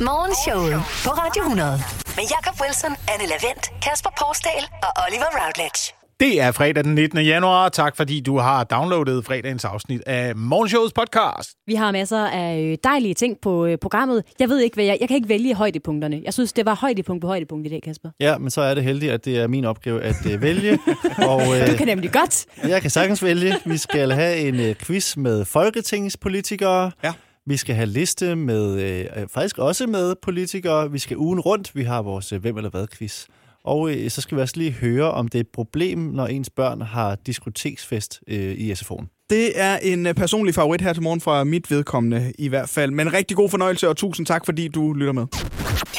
Morgenshowet på Radio 100. Med Jakob Wilson, Anne Lavendt, Kasper Porsdal og Oliver Routledge. Det er fredag den 19. januar. Tak fordi du har downloadet fredagens afsnit af Morgenshowets podcast. Vi har masser af øh, dejlige ting på øh, programmet. Jeg ved ikke, hvad jeg, jeg kan ikke vælge højdepunkterne. Jeg synes, det var højdepunkt på højdepunkt i dag, Kasper. Ja, men så er det heldigt, at det er min opgave at øh, vælge. og Du øh, kan nemlig godt. jeg kan sagtens vælge. Vi skal have en øh, quiz med folketingspolitikere. Ja. Vi skal have liste med, øh, øh, faktisk også med politikere. Vi skal ugen rundt. Vi har vores øh, hvem eller hvad quiz. Og øh, så skal vi også lige høre, om det er et problem, når ens børn har diskoteksfest øh, i SFO'en. Det er en øh, personlig favorit her til morgen fra mit vedkommende i hvert fald. Men rigtig god fornøjelse, og tusind tak, fordi du lytter med.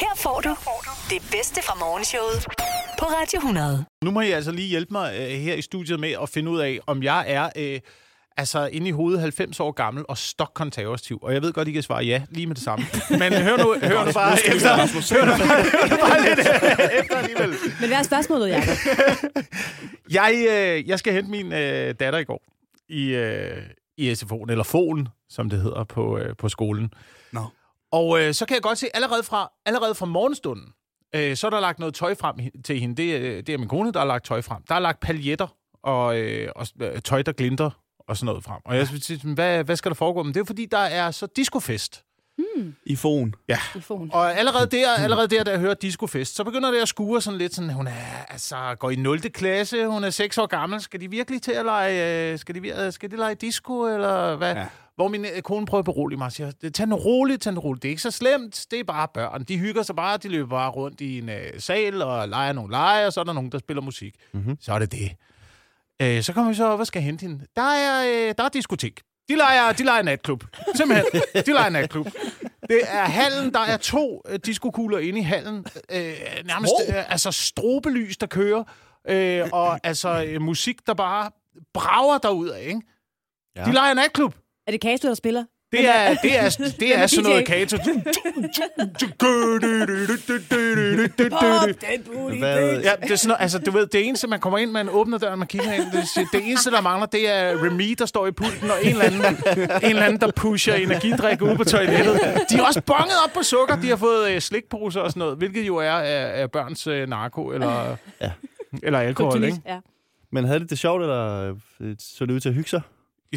Her får du det bedste fra morgenshowet på Radio 100. Nu må I altså lige hjælpe mig øh, her i studiet med at finde ud af, om jeg er øh, altså inde i hovedet 90 år gammel og stokkonservativ. Og jeg ved godt, I kan svare ja lige med det samme. Men hør nu, hør nu bare efter. Hør nu bare, hør nu bare lidt øh, efter alligevel. Men hvad er spørgsmålet, Jacob? Jeg, øh, jeg skal hente min øh, datter i går i, øh, i SFO'en, eller FO'en, som det hedder på, øh, på skolen. Nå. Og øh, så kan jeg godt se, allerede fra, allerede fra morgenstunden, øh, så er der lagt noget tøj frem hi- til hende. Det, øh, det er min kone, der har lagt tøj frem. Der er lagt paljetter og, øh, og øh, tøj, der glinter og sådan noget frem. Og jeg synes, hvad, hvad skal der foregå? Men det er fordi, der er så discofest. I fonen. Telefon. Og allerede der, allerede der, da jeg hører discofest, så begynder det at skure sådan lidt sådan, hun er, altså, går i 0. klasse, hun er 6 år gammel, skal de virkelig til at lege, øh, skal de, vir- øh, skal de lege disco, eller hvad? Ja. Ja. Hvor min øh, kone prøver at berolige mig og siger, tag den roligt, tag den roligt, det er ikke så slemt, det er bare børn. De hygger sig bare, de løber bare rundt i en øh, sal og leger nogle lege, og så er der nogen, der spiller musik. Mm-hmm. Så er det det. Øh, så kommer vi så op og skal hente hende. Der er, øh, der er diskotek. De leger, de leger natklub. Simpelthen. De leger natklub. Det er hallen. Der er to øh, diskokugler inde i hallen. Øh, nærmest øh, altså strobelys, der kører. Øh, og altså øh, musik, der bare brager derudad, ikke? Ja. Ja. De leger natklub. Er det Kato, der spiller? Det er, det er, det er Men sådan noget DJ. kato. Hvad, Ja, det er sådan noget, altså, du ved, det eneste, man kommer ind, man åbner døren, man kigger ind, det, siger- det eneste, der mangler, det er Remy, der står i pulten, og en eller anden, en eller anden der pusher energidrik ude på toilettet. De er også bonget op på sukker, de har fået øh, slikposer og sådan noget, hvilket jo er af, af børns øh, narko eller, ja. Ja. eller alkohol, ikke? Ja. men havde de det sjovt, eller øh, så det ud til at hygge sig?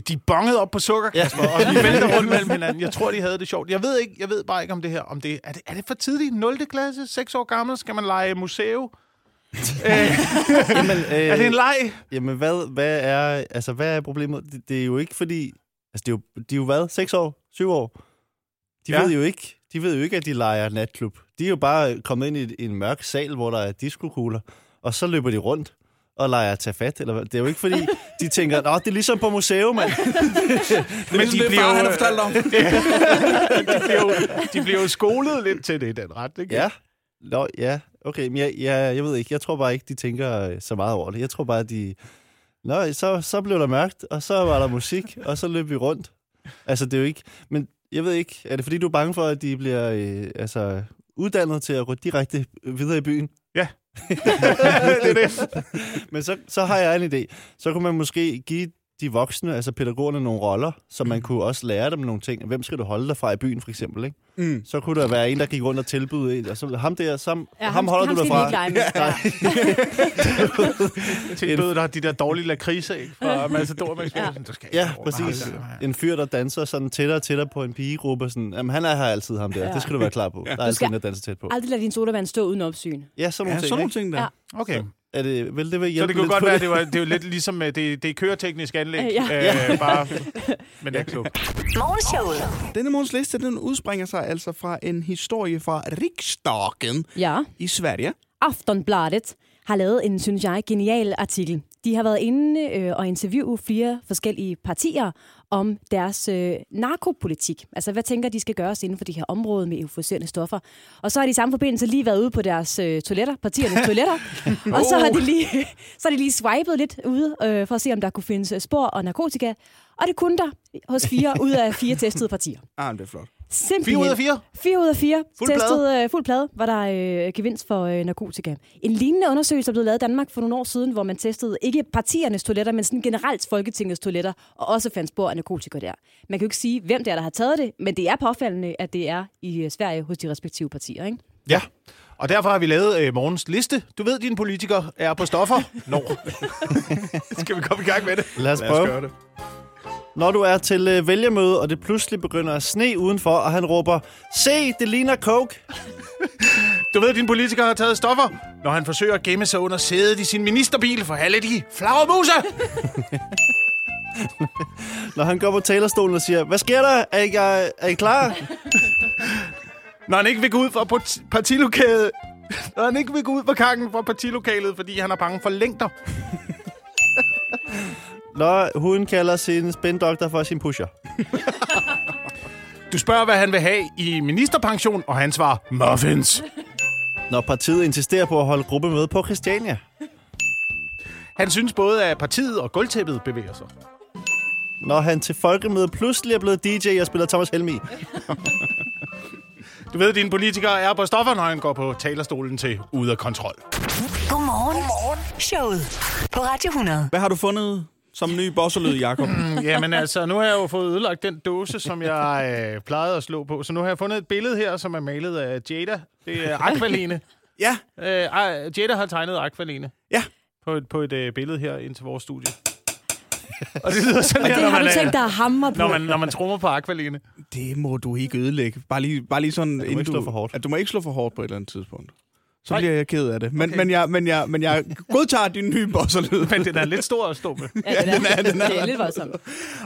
De er bonget op på sukker, Kasper, og de vælter rundt mellem hinanden. Jeg tror, de havde det sjovt. Jeg ved, ikke, jeg ved bare ikke, om det her om det, er, det, er det for tidligt? 0. klasse? 6 år gammel? Skal man lege museum? Jamen, øh, Er det en leg? Jamen, hvad, hvad, er, altså, hvad er problemet? Det, det er jo ikke fordi... Altså, det er jo, de er jo hvad? 6 år? 7 år? De, Ja. ja. ved jo ikke, de ved jo ikke, at de leger natklub. De er jo bare kommet ind i, et- en mørk sal, hvor der er diskokugler, og så løber de rundt og leger at tage fat. Eller, hvad. det er jo ikke fordi, de tænker, Nå, det er ligesom på museum, mand. Men de det er bliver far, jo, han har øh, fortalt om. de, bliver jo, de bliver jo skolet lidt til det i den ret, ikke? Ja. Nå, ja. Okay, men jeg, jeg, jeg ved ikke. Jeg tror bare ikke, de tænker øh, så meget over det. Jeg tror bare, de... Nå, så, så blev der mørkt, og så var der musik, og så løb vi rundt. Altså, det er jo ikke... Men jeg ved ikke, er det fordi, du er bange for, at de bliver øh, altså, uddannet til at gå direkte videre i byen? Ja. det er det. Men så, så har jeg en idé. Så kunne man måske give de voksne, altså pædagogerne, nogle roller, så man kunne også lære dem nogle ting. Hvem skal du holde dig fra i byen, for eksempel, ikke? Mm. så kunne der være en, der gik rundt og tilbød en. Og så, ham der, som, Ja, ja, ham- ham, ham holder ham du dig skal vi fra. ikke lege med. Ja. Tilbød dig de der dårlige lakridser, ikke? Fra Matador, man ja. du skal ikke Ja, over- præcis. Nej, nej, nej. En fyr, der danser sådan tættere og tættere på en pigegruppe. Sådan, jamen, han er her altid, ham der. Ja. Det skal du være klar på. Der er altid skal- en, der danser tæt på. Aldrig lad din sodavand stå uden opsyn. Ja, sådan Ja, nogle sådan ting. nogle Ikke? ting der. Ja. Okay, Er det, vil det vil hjælpe så det kunne lidt godt på være, det, var, det er jo lidt ligesom, øh, det, det er køreteknisk anlæg, Ja. ja. øh, bare med den klub. Morgenshowet. Denne morgens liste, den udspringer sig altså fra en historie fra Riksdagen Ja. i Sverige. Aftonbladet har lavet en, synes jeg, genial artikel. De har været inde øh, og interviewe flere forskellige partier om deres øh, narkopolitik. Altså, hvad tænker de skal gøres inden for det her område med euforiserende stoffer? Og så har de i samme forbindelse lige været ude på deres øh, toiletter, partiernes toiletter. Og så har de lige, så har de lige swipet lidt ude øh, for at se, om der kunne findes øh, spor og narkotika. Og det kunne der hos fire ud af fire testede partier. Ah, men det er flot. Simpelthen. 4 ud af 4. 4 ud af 4 Fuld testet plade. Øh, fuld plade, var der øh, gevinst for øh, narkotika. En lignende undersøgelse er blevet lavet i Danmark for nogle år siden, hvor man testede ikke partiernes toiletter, men sådan generelt Folketingets toiletter, og også fandt spor af narkotika der. Man kan jo ikke sige, hvem det er, der har taget det, men det er påfaldende, at det er i øh, Sverige hos de respektive partier. Ikke? Ja. Og derfor har vi lavet øh, morgens liste. Du ved, dine politikere er på stoffer. Nå. Skal vi komme i gang med det? Lad os prøve. det. Når du er til øh, vælgermøde, og det pludselig begynder at sne udenfor, og han råber, se, det ligner coke. Du ved, at dine politikere har taget stoffer, når han forsøger at gemme sig under sædet i sin ministerbil for alle de flagermuse. Når han går på talerstolen og siger, hvad sker der? Er I, er, er I klar? Når han ikke vil gå ud fra pot- partilokalet. Når han ikke vil gå ud fra kakken fra partilokalet, fordi han er bange for længder. Når hun kalder sin spændoktor for sin pusher. Du spørger, hvad han vil have i ministerpension, og han svarer, muffins. Når partiet insisterer på at holde gruppemøde på Christiania. Han synes både, at partiet og gulvtæppet bevæger sig. Når han til folkemøde pludselig er blevet DJ og spiller Thomas Helmi. Du ved, at dine politikere er på stoffer, når han går på talerstolen til ude af kontrol. Godmorgen. Godmorgen. Showet på Radio 100. Hvad har du fundet som ny bosserlyd, Jacob? Jamen altså, nu har jeg jo fået ødelagt den dåse, som jeg øh, plejede at slå på. Så nu har jeg fundet et billede her, som er malet af Jada. Det er Aqualine. ja, Øh, ej, Jada har tegnet Aqualine. Ja. På et, på et øh, billede her ind til vores studie. Og det lyder sådan her, Det når, har man, du øh, tænkt dig at hamre på. når, man, når man trummer på Aqualine. det må du ikke ødelægge. Bare lige, bare lige sådan, ikke slå for hårdt. At du må ikke slå for hårdt på et eller andet tidspunkt. Så Nej. bliver jeg ked af det. Men, okay. men, jeg, men, jeg, men jeg godtager din nye bosserlyd. Men den er lidt stor at stå med. Ja, det, er, det, er, det, er, det er lidt voldsomt.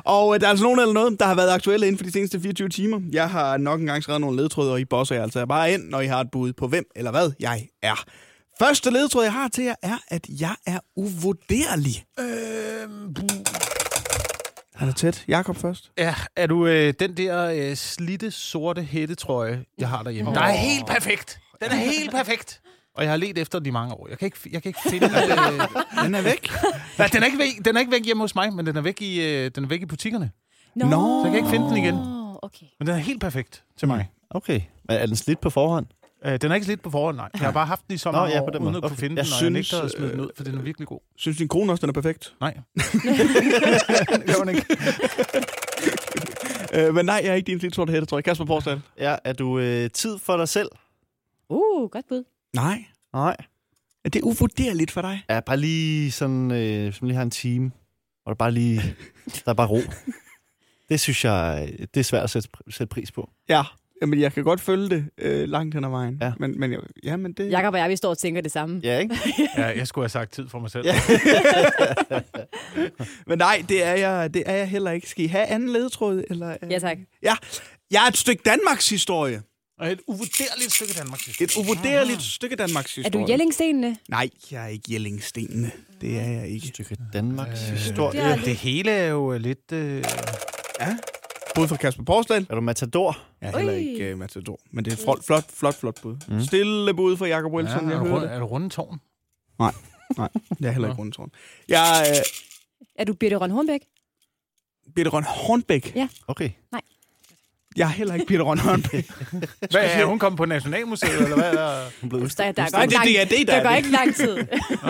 Og øh, der er altså nogen eller noget, der har været aktuelle inden for de seneste 24 timer. Jeg har nok engang skrevet nogle ledtråde, og I bosser jer altså bare ind, når I har et bud på, hvem eller hvad jeg er. Første ledtråd, jeg har til jer, er, at jeg er uvurderlig. Øhm, Han er tæt. Jakob først. Ja, er du øh, den der øh, slitte sorte hættetrøje, jeg har derhjemme? Oh. Der er helt perfekt. Den er helt perfekt. Og jeg har let efter den i mange år. Jeg kan ikke, f- jeg kan ikke finde den. Øh, Han er væk. nej, den, er ikke væk, den er ikke væk hjemme hos mig, men den er væk i, øh, den er væk i butikkerne. Nå, Nå. Så jeg kan ikke finde den igen. okay. Men den er helt perfekt til mig. Okay. Men er den slidt på forhånd? Øh, den er ikke slidt på forhånd, nej. Jeg har bare haft den i så Nå, mange ja, år, på den uden måde. at kunne Okay. finde Jeg den, og jeg synes, nægter at smide den ud, for den er virkelig god. Synes din kone også, den er perfekt? Nej. det gør hun ikke. Øh, men nej, jeg er ikke din lille sorte hætte, tror jeg. Kasper Porsdal. Ja, er du øh, tid for dig selv? Uh, godt bud. Nej. Nej. Er det uvurderligt for dig? Ja, bare lige sådan, øh, som lige har en time, og bare lige, der er bare ro. Det synes jeg, øh, det er svært at sætte, pr- sætte pris på. Ja. Jamen, jeg kan godt følge det øh, langt hen ad vejen. Ja. Men, men, jeg- ja, men det... Jakob og jeg, vi står og tænker det samme. Ja, ikke? Ja, jeg skulle have sagt tid for mig selv. Ja. Men nej, det er, jeg, det er jeg heller ikke. Skal I have anden ledtråd? Eller, øh? Ja, tak. Ja, jeg er et stykke Danmarks historie. Og et uvurderligt stykke Danmarks historie. Et uvurderligt stykke Danmarks Er historie. du Jellingstenene? Nej, jeg er ikke Jellingstenene. Det er jeg ikke. Stykke Danmarks øh, historie. det er- Det hele er jo lidt... Øh... Ja. Bud fra Kasper Porsdal. Er du matador? Jeg er heller Ui. ikke uh, Matador. Men det er et flot, flot, flot, flot bud. Mm. Stille bud fra Jacob Ja, Wilson. jeg er, du hører rundt, det. er du rundetårn? Nej, nej. Jeg er heller ikke rundt, tror jeg. Jeg er uh, Er du Birte Rønn Hornbæk? Peter Røn Hornbæk. Ja. Okay. Jeg er heller ikke Peter Røn Hornbæk. Hvad, er hun kommet på Nationalmuseet, eller hvad? Der... Hun blev udst- Der, der, Det går er ikke lang, DRD, der er der går det. ikke lang tid. Nå,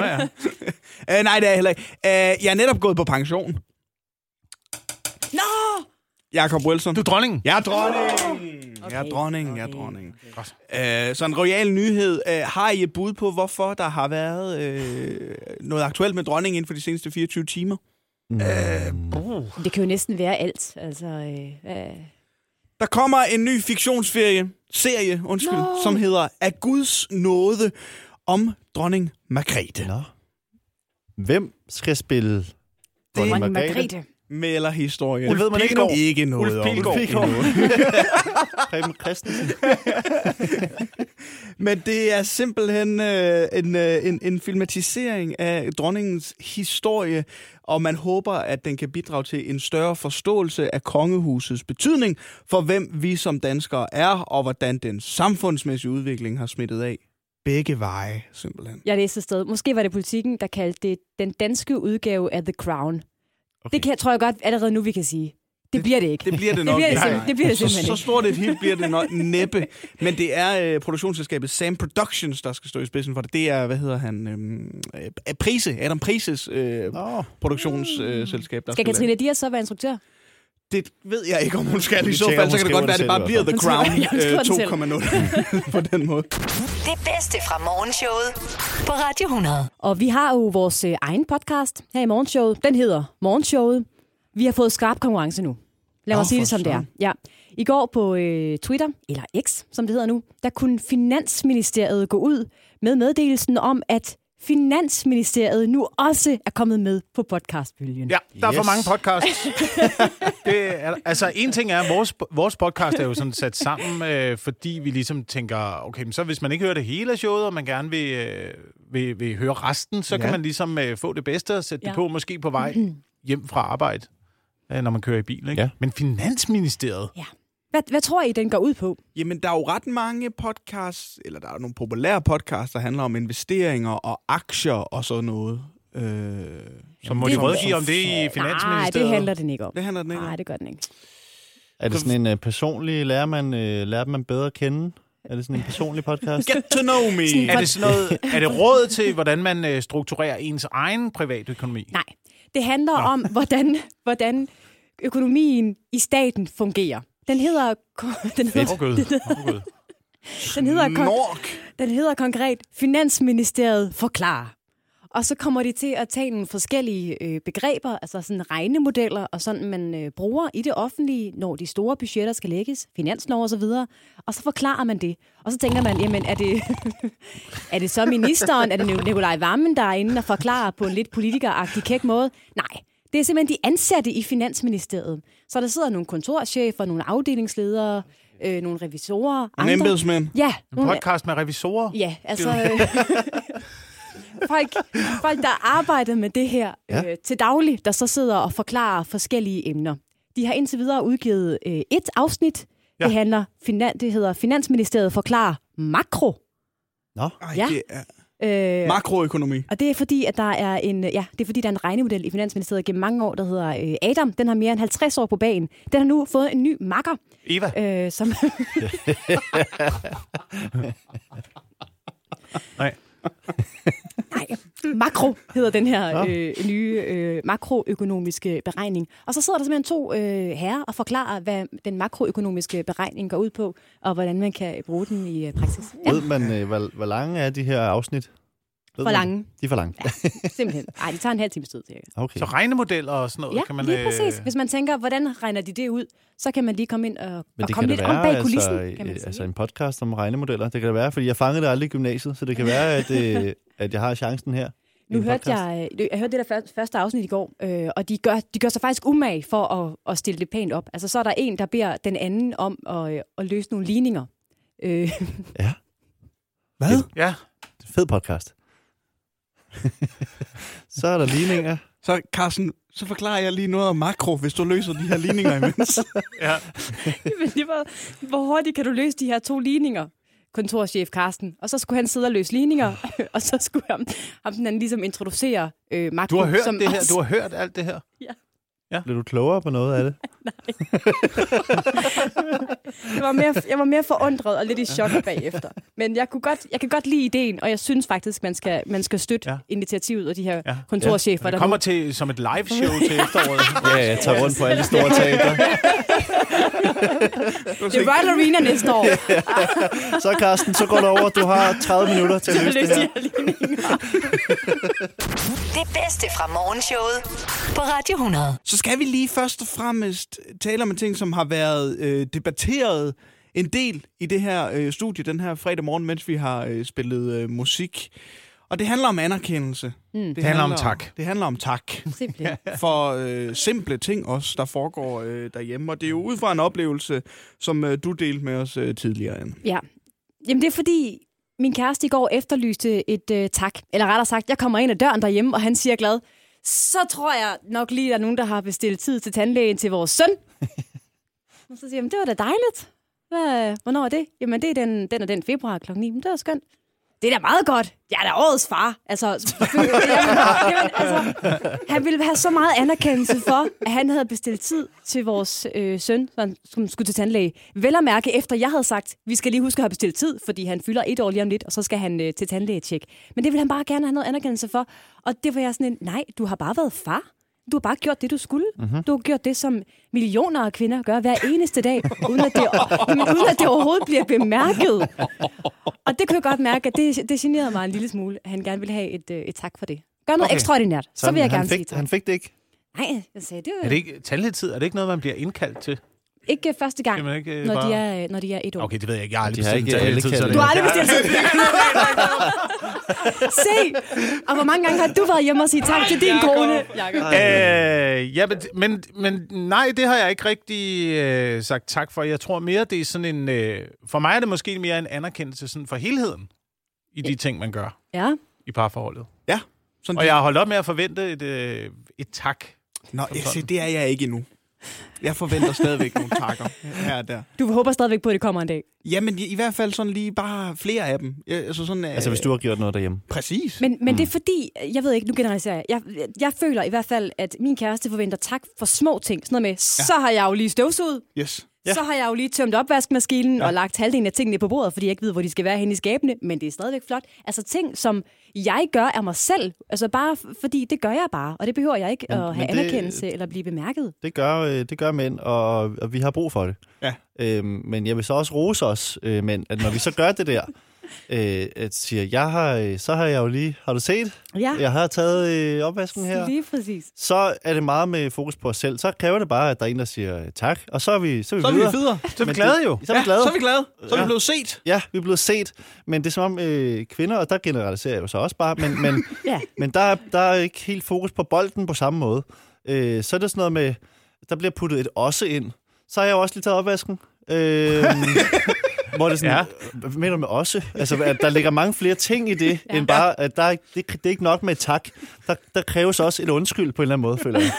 ja. uh, nej, det er jeg heller ikke. Uh, jeg er netop gået på pension. Nå! Jacob Wilson. Du er dronningen. Jeg er dronning! Okay. Jeg er dronning, jeg er dronning. Okay. Øh, så en royal nyhed. Øh, har I et bud på, hvorfor der har været øh, noget aktuelt med dronningen inden for de seneste 24 timer? Det kan jo næsten være alt. Altså, øh, øh. Der kommer en ny fiktionsferie, serie, undskyld, no. Nå. som hedder Af Guds Nåde om dronning Margrethe. Nå. Hvem skal spille Dronning Dronning Margrethe. Melder historien. Det ved man ikke endnu. ikke noget Ulf om. Pilgaard. Preben Christensen. Men det er simpelthen øh, en, øh, en, en filmatisering af dronningens historie, og man håber, at den kan bidrage til en større forståelse af kongehusets betydning for, hvem vi som danskere er, og hvordan den samfundsmæssige udvikling har smittet af begge veje, simpelthen. Jeg læste et sted. Måske var det politikken, der kaldte det den danske udgave af The Crown. Okay. Det kan, tror jeg godt allerede nu, vi kan sige. Det bliver det ikke. Det bliver det nok. Det bliver det, ikke. simpelthen, det, bliver det så, simpelthen så ikke. stort et hit bliver det nok næppe. Men det er øh, produktionsselskabet Sam Productions, der skal stå i spidsen for det. Det er, hvad hedder han, øhm, øh, Prise, Adam Prises øh, Nå, produktionsselskab. Øh, Skal Katrine Dias så være instruktør? Det ved jeg ikke, om hun skal. I Vi så tjekker, fald, hun så kan det skriver godt være, at det det bare bliver selv The i hvert fald. Hun skriver- hun skriver Crown øh, 2.0 på den måde. Det bedste fra morgenshowet på Radio 100. Og vi har jo vores øh, egen podcast her i Morgenshowet. Den hedder Morgenshowet. Vi har fået skarp konkurrence nu. Lad mig Nå, sige det, for som det er. søren. Ja. I går på øh, Twitter, eller X, som det hedder nu, der kunne Finansministeriet gå ud med meddelelsen om, at Finansministeriet nu også er kommet med på podcastbølgen. Ja, der yes. er for Yes. mange podcasts. det er, altså, en ting er, at vores, vores podcast er jo sådan sat sammen, øh, fordi vi ligesom tænker, okay, men så hvis man ikke hører det hele af showet, og man gerne vil, øh, vil, vil høre resten, så ja. kan man ligesom øh, få det bedste og sætte ja. Ja. det på, måske på vej hjem fra arbejde, øh, når man kører i bil. Ikke? Ja. Men Finansministeriet, Hvad, hvad tror I, den går ud på? Jamen, der er jo ret mange podcasts, eller der er jo nogle populære podcasts, der handler om investeringer og aktier og sådan noget. Øh, så må det- de rådgive om det i Nej, Finansministeriet. det handler den ikke om. det handler den ikke om. Nej, det gør den ikke. er det sådan en uh, personlig, lærer man, uh, lærer man bedre at kende? Er det sådan en personlig podcast? Get to know me! Er det, sådan noget, er det råd til, hvordan man øh, strukturerer ens egen privatøkonomi? Nej, det handler Nå. om, hvordan, hvordan økonomien i staten fungerer. Den hedder, den Åh, hedder, Gud. Åh, Gud. den hedder, kon- Nork! den hedder konkret Finansministeriet forklarer. Og så kommer de til at tage nogle forskellige øh, begreber, altså sådan regnemodeller og sådan, man øh, bruger i det offentlige, når de store budgetter skal lægges, finanslov og så videre. Og så forklarer man det. Og så tænker man, jamen er det, er det så ministeren, er det Nic- Nikolaj Vammen, der er inde og forklarer på en lidt politikeragtig kæk måde? Nej, det er simpelthen de ansatte i Finansministeriet. Så der sidder nogle kontorchefer, nogle afdelingsledere, øh, nogle revisorer, Nogle embedsmænd. Ja, En nogle podcast med revisorer? Ja, altså... Øh, folk, folk, der arbejder med det her øh, til daglig, der så sidder og forklarer forskellige emner. De har indtil videre udgivet øh, et afsnit. Ja. Ja. Det, handler, finan, det hedder Finansministeriet forklarer makro. Nå, Ej, Ja. det er Øh, makroøkonomi. og det er fordi, at der er en, ja, det er fordi, der er en regnemodel i Finansministeriet gennem mange år, der hedder øh, Adam. Den har mere end 50 år på bagen. Den har nu fået en ny makker, Eva? øh, som, Nej. Nej, makro hedder den her øh, nye øh, makroøkonomiske beregning. Og så sidder der simpelthen to øh, herrer og forklarer, hvad den makroøkonomiske beregning går ud på, og hvordan man kan bruge den i øh, praksis. Ja, ved man, uh, hvor, hvor lange er de her afsnit? For Ved man- lange. De er for lange. simpelthen. Nej, det tager en halv times tid cirka. Okay. Så regnemodeller og sådan noget? Ja, kan man, lige præcis. Øh, Hvis man tænker, hvordan regner de det ud, så kan man lige komme ind og, Men og det komme kan lidt det om være, bag kulissen, altså, kan man øh, sige. altså en podcast om regnemodeller. Det kan det være, fordi jeg fangede det aldrig i gymnasiet, så det kan være, at, øh, at jeg har chancen her. i Nu en hørte podcast. jeg, øh, jeg hørte det der før- første afsnit i går, øh, og de gør, de gør sig faktisk umage for at, at stille det pænt op. Altså, så er der en, der beder den anden om at, øh, at løse nogle ligninger. Øh, Ja, Hvad? Ja, fed podcast. så er der ligninger. Så Carsten, så forklarer jeg lige noget om makro, hvis du løser de her ligninger imens. ja. Men det var, hvor hurtigt kan du løse de her to ligninger? kontorchef Karsten, og så skulle han sidde og løse ligninger, og så skulle ham, ham den anden ligesom introducere øh, Marco. Du har hørt som det her? også- Du har hørt alt det her? Bliver du klogere på noget af det? jeg, var mere, jeg var mere forundret og lidt i chok bagefter. Men jeg, kunne godt, jeg kan godt lide ideen, og jeg synes faktisk, man skal, man skal støtte Ja. ja. initiativet og de her Ja. ja. kontorchefer. Det der kommer til som et live-show til efteråret. Ja, jeg tager rundt på alle store teater. Det er Royal Arena næste år. Så Carsten, så går du over. Du har 30 minutter til at løse det her. Det bedste fra morgenshowet på Radio 100. Så skal vi lige først og fremmest tale om en ting, som har været øh, debatteret en del i det her øh, studie den her fredag morgen, mens vi har øh, spillet øh, musik. Og det handler om anerkendelse. Mm. Det, handler om tak. Det handler om tak. Simpelthen. For øh, simple ting også, der foregår øh, derhjemme. Og det er jo ud fra en oplevelse, som øh, du delte med os øh, tidligere, Anne. Ja. Jamen det er fordi, min kæreste i går efterlyste et øh, tak. Eller rettere sagt, jeg kommer ind ad døren derhjemme, og han siger glad, så tror jeg nok lige, at der er nogen, der har bestilt tid til tandlægen til vores søn. og så siger jeg, "Men det var da dejligt. Hvad, hvornår er det? Jamen det er den, den og den februar kl. 9. Men det var skønt. det er da meget godt. Jeg er da årets far. Altså, selvfølgelig. jamen, jamen, altså, han ville have så meget anerkendelse for, at han havde bestilt tid til vores øh, søn, som- som skulle til tandlæge. Vel at mærke, efter jeg havde sagt, vi skal lige huske at have bestilt tid, fordi han fylder et år lige om lidt, og så skal han øh, til tandlægetjek. Men det ville han bare gerne have noget anerkendelse for. Og det var jeg sådan en, nej, du har bare været far. Du har bare gjort det, du skulle. Mm-hmm. Du har gjort det, som millioner af kvinder gør hver eneste dag, uden at det, jamen, uden at det overhovedet bliver bemærket. Og det kunne jeg godt mærke, at det, det generede mig en lille smule, at han gerne ville have et, øh, et tak for det. Gør noget okay. ekstraordinært, så, så vil jeg han gerne fik, sige tak. Han fik det ikke. Nej, jeg sagde, Er det er det det... ikke tandlægetid? Er det ikke noget, man bliver indkaldt til? ikke første gang, Skal man ikke, øh, når, de bare- er, øh, når de er et år. Okay, det ved jeg ikke. Jeg har aldrig De har bestilt ikke alle tandlægetid. så kalendere. det- Du har aldrig bestilt tid. Se, og hvor mange gange har du været hjemme og sige tak til din kone? Jacob. Øh, ja, men, men, men nej, det har jeg ikke rigtig øh, sagt tak for. Jeg tror mere, det er sådan en... Øh, for mig er det måske mere en anerkendelse sådan for helheden i de ting, man gør Ja, i parforholdet. Ja. Sådan Og jeg har holdt op med at forvente et, øh, et tak. Nå, jeg siger, det er jeg ikke endnu. Jeg forventer stadigvæk nogle takker her og der. du håber stadigvæk på, at det kommer en dag. Jamen, i, i hvert fald sådan lige bare flere af dem. Ja, Altså, sådan, Altså, hvis du har gjort noget derhjemme. Præcis. Men, men Mm. det er fordi, jeg ved ikke, nu generaliserer jeg. jeg. Jeg føler i hvert fald, at min kæreste forventer tak for små ting. Sådan noget med, ja. så har jeg jo lige støvsuget, Yes. ja. så har jeg jo lige tømt opvaskemaskinen ja. og lagt halvdelen af tingene på bordet, fordi jeg ikke ved, hvor de skal være henne i skabene, men det er stadigvæk flot. Altså ting, som jeg gør af mig selv, altså bare f- fordi det gør jeg bare, og det behøver jeg ikke men, at have men det- anerkendelse eller blive bemærket. Det gør, øh, det gør mænd, og, og vi har brug for det. Ja. Øhm, men jeg vil så også rose os øh, mænd, at når vi så gør det der, øh, at siger, jeg har, øh, så har jeg jo lige, har du set? Ja, Jeg har taget øh, opvasken her. lige præcis. Så er det meget med fokus på os selv. Så kræver det bare, at der er en, der siger øh, tak, og så er vi, så er vi Så er vi videre. videre. Så er vi Men glade det- jo. Så er vi glade. Så er vi glade. Så er vi Ja. blevet set. Ja, vi er blevet set, men det er som om øh, kvinder, og der generaliserer jeg jo så også bare, men, men, Ja. men der, er, der er ikke helt fokus på bolden på samme måde. Øh, så er det sådan noget med, der bliver puttet et også ind. Så har jeg jo også lige taget opvasken. Øh, hvor det er sådan, ja. hvad mener du med også? Altså, at der ligger mange flere ting i det, ja. end bare, at der, er ikke- det, det er ikke nok med et tak. Der, der kræves også et undskyld på en eller anden måde, føler jeg.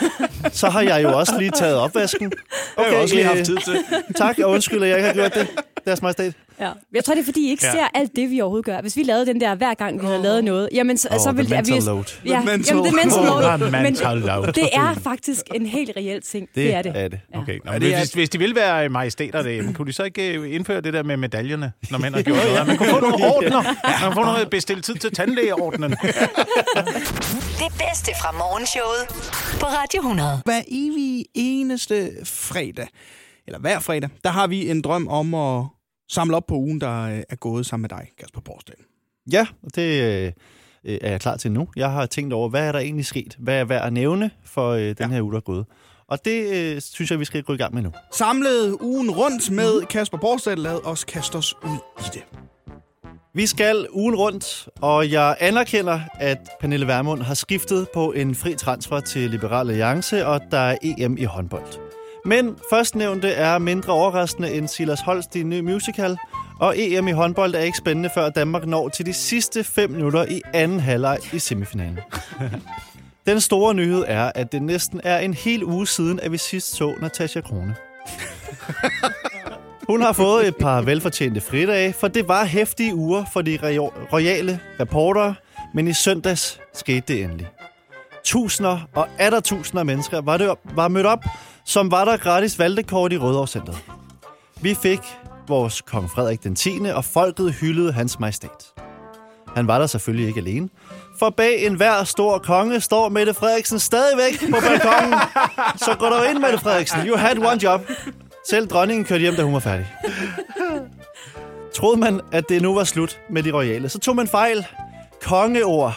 Så har jeg jo også lige taget opvasken. Okay, Jeg har også lige øh, haft tid til. Tak, og undskyld, at jeg ikke har gjort det. Deres majestæt. Ja. Jeg tror, det er, fordi I ikke Ja. ja. ser alt det, vi overhovedet gør. Hvis vi lavede den der, hver gang vi havde lavet noget, jamen så, Åh, så the ville det... at Altså, vi- mental load. Ja, The mental jamen, det er mental load. load. The mental load. Men det er faktisk en helt reel ting. Det, det er det. er det. Ja. Okay, nå, Ja, men det er- hvis, hvis de vil være majestæter derhjemme, kunne de så ikke øh, indføre det der med medaljerne, når man har gjort noget? Man kunne få nogle ordner. Man kunne få noget bestilt tid til tandlægeordnen. Det bedste fra morgenshowet på Radio 100. Hver evig eneste fredag, eller hver fredag, der har vi en drøm om at samle op på ugen, der øh, er gået sammen med dig, Kasper Borsdal. Ja, og det øh, øh, er jeg klar til nu. Jeg har tænkt over, hvad er der egentlig sket? Hvad er værd at nævne for øh, den ja. her uge, der er gået? Og det øh, synes jeg, vi skal gå i gang med nu. Samlet ugen rundt med Kasper Borsdal, lad os kaste os ud i det. Vi skal ugen rundt, og jeg anerkender, at Pernille Vermund har skiftet på en fri transfer til Liberal Alliance, og der er EM i håndbold. Men førstnævnte er mindre overraskende end Silas Holst i en ny musical, og EM i håndbold er ikke spændende, før Danmark når til de sidste 5 minutter i anden halvleg i semifinalen. Den store nyhed er, at det næsten er en hel uge siden, at vi sidst så Natasha Krone. Hun har fået et par velfortjente fridage, for det var hæftige uger for de rejo- royale reportere, men i søndags skete det endelig. Tusinder og atter tusinder af mennesker var, det, var mødt op, som var der gratis valgtekort i Rødovrecenteret. Vi fik vores kong Frederik den 10. og folket hyldede hans majestæt. Han var der selvfølgelig ikke alene, for bag enhver stor konge står Mette Frederiksen stadigvæk på balkongen. Så gå dog ind, Mette Frederiksen. You had one job. Selv dronningen kørte hjem, da hun var færdig. Troede man, at det nu var slut med de royale, så tog man fejl. Kongeord.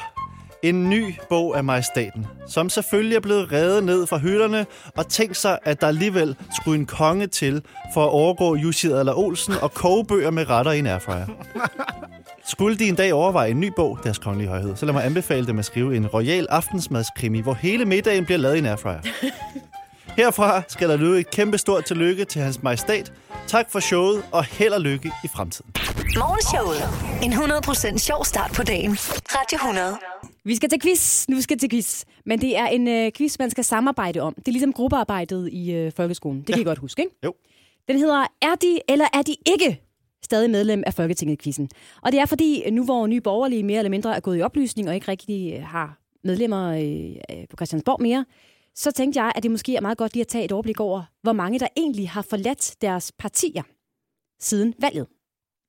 En ny bog af majestaten, som selvfølgelig er blevet revet ned fra hylderne, og tænk sig, at der alligevel skulle en konge til for at overgå Jussi Adler Olsen og kogebøger med retter i en airfryer. Skulle de en dag overveje en ny bog, deres kongelige højhed, så lad mig anbefale dem at skrive en royal aftensmadskrimi, hvor hele middagen bliver lavet i en airfryer. Herfra skal der lyde et kæmpe stort tillykke til hans majestæt. Tak for showet, og held og lykke i fremtiden. Morgenshowet. En 100% sjov start på dagen. Radio 100. Vi skal til quiz. Nu skal vi til quiz. Men det er en øh, quiz, man skal samarbejde om. Det er ligesom gruppearbejdet i øh, folkeskolen. Det kan I godt huske, ikke? Jo. Den hedder, er de eller er de ikke stadig medlem af Folketinget-quizzen. Og det er fordi, nu hvor nye borgerlige mere eller mindre er gået i oplysning og ikke rigtig øh, har medlemmer øh, øh, på Christiansborg mere, så tænkte jeg, at det måske er meget godt lige at tage et overblik over, hvor mange der egentlig har forladt deres partier siden valget.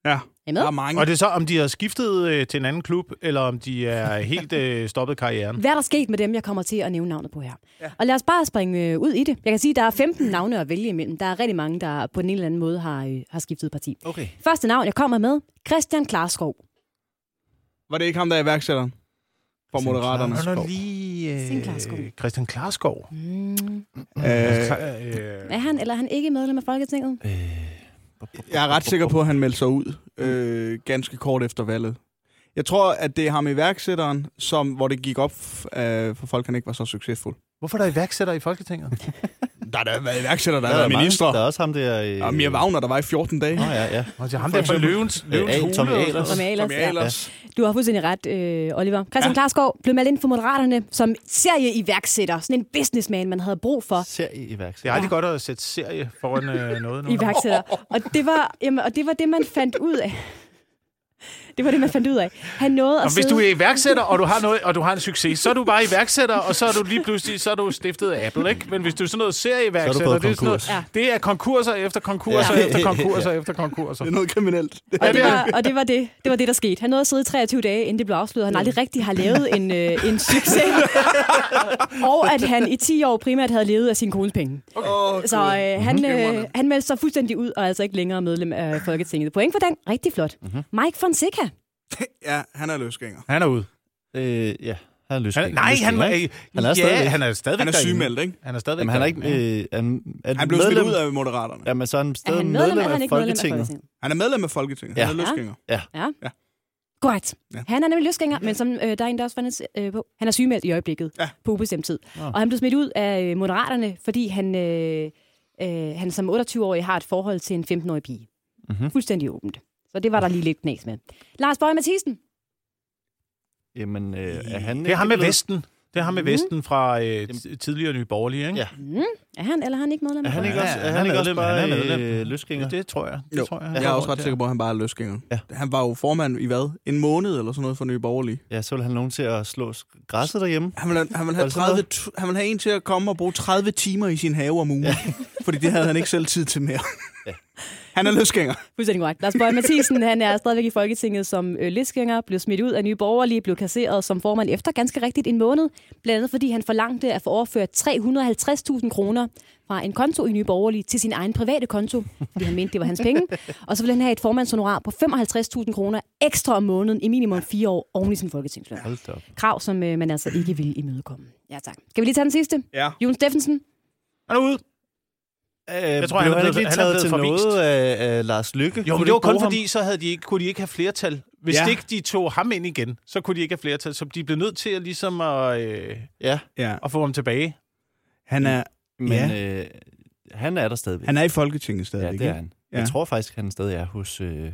Ja. Er I med? Der er mange. Og det er så, om de har skiftet øh, til en anden klub, eller om de er helt øh, stoppet karrieren. Hvad er der sket med dem, jeg kommer til at nævne navnet på her? Ja. Ja. Og lad os bare springe øh, ud i det. Jeg kan sige, at der er 15 navne at vælge imellem. Der er rigtig mange, der på den ene eller anden måde har, øh, har skiftet parti. Okay. Første navn, jeg kommer med, Christian Klarskov. Var det ikke ham, der er iværksætteren? For Christian Moderaterne. Klarskov. Han er lige... øh, Sten Klarskov. Christian Klarskov. Mm. Øh, Øh, Er han eller er han ikke medlem af Folketinget? Øh, Jeg er ret sikker på, at han meldte sig ud øh, ganske kort efter valget. Jeg tror, at det er ham iværksætteren, som, hvor det gik op øh, for folk, at han ikke var så succesfuld. Hvorfor er der iværksætter i Folketinget? Der er da været iværksætter, der, Der er er mange. ministre. Der er også ham der... Øh... Og Mia Wagner, der var i 14 dage. Nå, ja, ja. Og til Altså, ham For der fra eksempel- løvens, Øh, løvens A- hule. Tommy og sådan Ahlers. noget. Som jeg Som ellers, jeg ja. ellers. Du har fuldstændig ret, øh, Oliver. Christian Ja. ja. Klarskov blev meldt ind for Moderaterne som serieiværksætter. Sådan en businessman, man havde brug for. Serie iværksætter. Det er aldrig godt at sætte serie foran øh, noget nu. iværksætter. Og det var, jamen, og det var det, man fandt ud af. Det var det, man fandt ud af. Han nåede Og at hvis sidde... du er iværksætter, og du har noget, og du har en succes, så er du bare iværksætter, og så er du lige pludselig så er du stiftet af Apple, ikke? Men hvis du er sådan noget Så er serieiværksætter, du gået det er sådan noget, konkurs. ja. det er konkurser efter konkurser Ja. ja. efter konkurser efter konkurser. Det er noget kriminelt. Og det, det er var, og det var det, det var det, der skete. Han nåede at sidde i 23 dage, inden det blev afsløret. Han aldrig rigtig har lavet en, øh, en succes. og at han i 10 år primært havde levet af sin kones penge. Okay. Så øh, Mhm. han, øh, han meldte sig fuldstændig ud, og er altså ikke længere medlem af Folketinget. Point for den. Rigtig flot. Mhm. Mike Fonseca. Ja, han er løsgænger. Han er ude. Øh, ja, han er løs. Han, nej, han, er, Han er ja, stadigvæk. han er stadigvæk Han er derinde. sygemeldt, ikke? Han er stadigvæk Jamen, han er ikke... derinde, Øh, han, er Han blev smidt ud af Moderaterne. Jamen, så er han Er stadig han medlem, medlem, eller er han af ikke medlem af Folketinget. Folketinget? Han er medlem af Folketinget. Ja. Han er løsgænger. Ja. Ja. ja. Godt. Ja. Ja. Han er nemlig løsgænger, men som øh, der er en, der også fandt øh, på. Han er sygemeldt i øjeblikket Ja. ja. på ubestemt tid. Og han blev smidt ud af øh, Moderaterne, fordi han, øh, øh, han som 28-årig har et forhold til en 15-årig pige. Mm-hmm. Fuldstændig åbent. Så det var der lige lidt knas med. Lars Bøge Mathisen. Jamen, øh, er han Det er ikke ham med blevet- Vesten. Det er ham med Vesten fra øh, t- tidligere Nye Borgerlige, ikke? Ja. Er han eller er han ikke medlem? Er af han ikke Ja, også, er han han er ikke også medlem, han er bare medlem. øh, løsgænger? Det, det tror jeg. Det Jo. tror jeg. Jeg er også ret sikker på, at han bare er løsgænger. Ja. Han var jo formand i hvad? En måned eller sådan noget for Nye Borgerlige. Ja, så vil han nogen til at slå græsset derhjemme. Han ville, han, ville Var have det sådan 30, tu- han ville have en til at komme og bruge 30 timer i sin have om ugen. Ja. Fordi det havde han ikke selv tid til mere. Ja. Han er løsgænger. Fuldstændig korrekt. Lars Bøge Mathisen, han er stadigvæk i Folketinget som øh, løsgænger, blev smidt ud af Nye Borgerlige, blev kasseret som formand efter ganske rigtigt en måned, blandt andet fordi han forlangte at få overført 350.000 kroner fra en konto i Nye Borgerlige til sin egen private konto, fordi han mente, det var hans penge. Og så ville han have et formandshonorar på 55.000 kroner ekstra om måneden i minimum fire år oven i sin folketingsløn. Hold da op. Krav, som øh, man altså ikke ville imødekomme. Ja, tak. Skal vi lige tage den sidste? Ja. Jon Steffensen, Han er ude. Jeg tror, han er Øh, han blevet- ikke lige han er taget til blevet forvist. noget af, af Lars Lykke? Jo, men Kunne det var ikke bruge kun ham? fordi, så havde de ikke, kunne de ikke have flertal. Hvis Ja. ja. ikke de tog ham ind igen, så kunne de ikke have flertal. Så de blev nødt til at, ligesom at, øh, Ja, Ja. at få ham tilbage. Han er, men øh, han er der stadigvæk. han er i Folketinget ja, stadigvæk. det er han. Ja. Jeg tror faktisk, han stadig er hos, øh,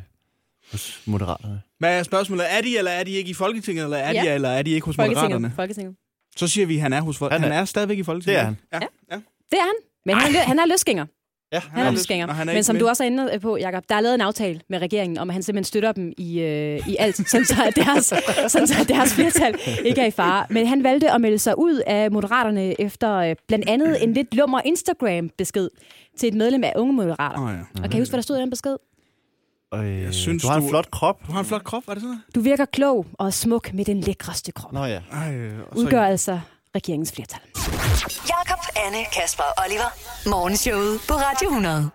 hos Moderaterne. Hvad er spørgsmålet? Er de eller er de ikke i Folketinget? Eller er de Ja. eller er de ikke hos Folketinget. Moderaterne? Folketinget. Så siger vi, at han er hos Han Folketinget. er- Han er stadigvæk i Folketinget. Det er han. Ja. ja. Det er han. Men han er, lø- han er løsgænger. Ja, Han er Nå, løsgænger. og han er Men ikke som med. du også er inde på, Jacob, der er lavet en aftale med regeringen om, at han simpelthen støtter dem i, øh, i alt, sådan så, at deres, sådan så at deres flertal ikke er i fare. Men han valgte at melde sig ud af Moderaterne efter øh, blandt andet en lidt lummer Instagram-besked til et medlem af Unge Moderater. Åh, ja. Og kan I huske, hvad der stod i den besked? Og, øh, jeg synes, synes, du har du- en flot krop. Du har en flot krop, var det sådan? Du virker klog og smuk med den lækreste krop. Nå ja. Ej, øh, og så- Udgør altså regeringens flertal. Jakob, Anne, Kasper og Oliver. Morgenshowet på Radio 100.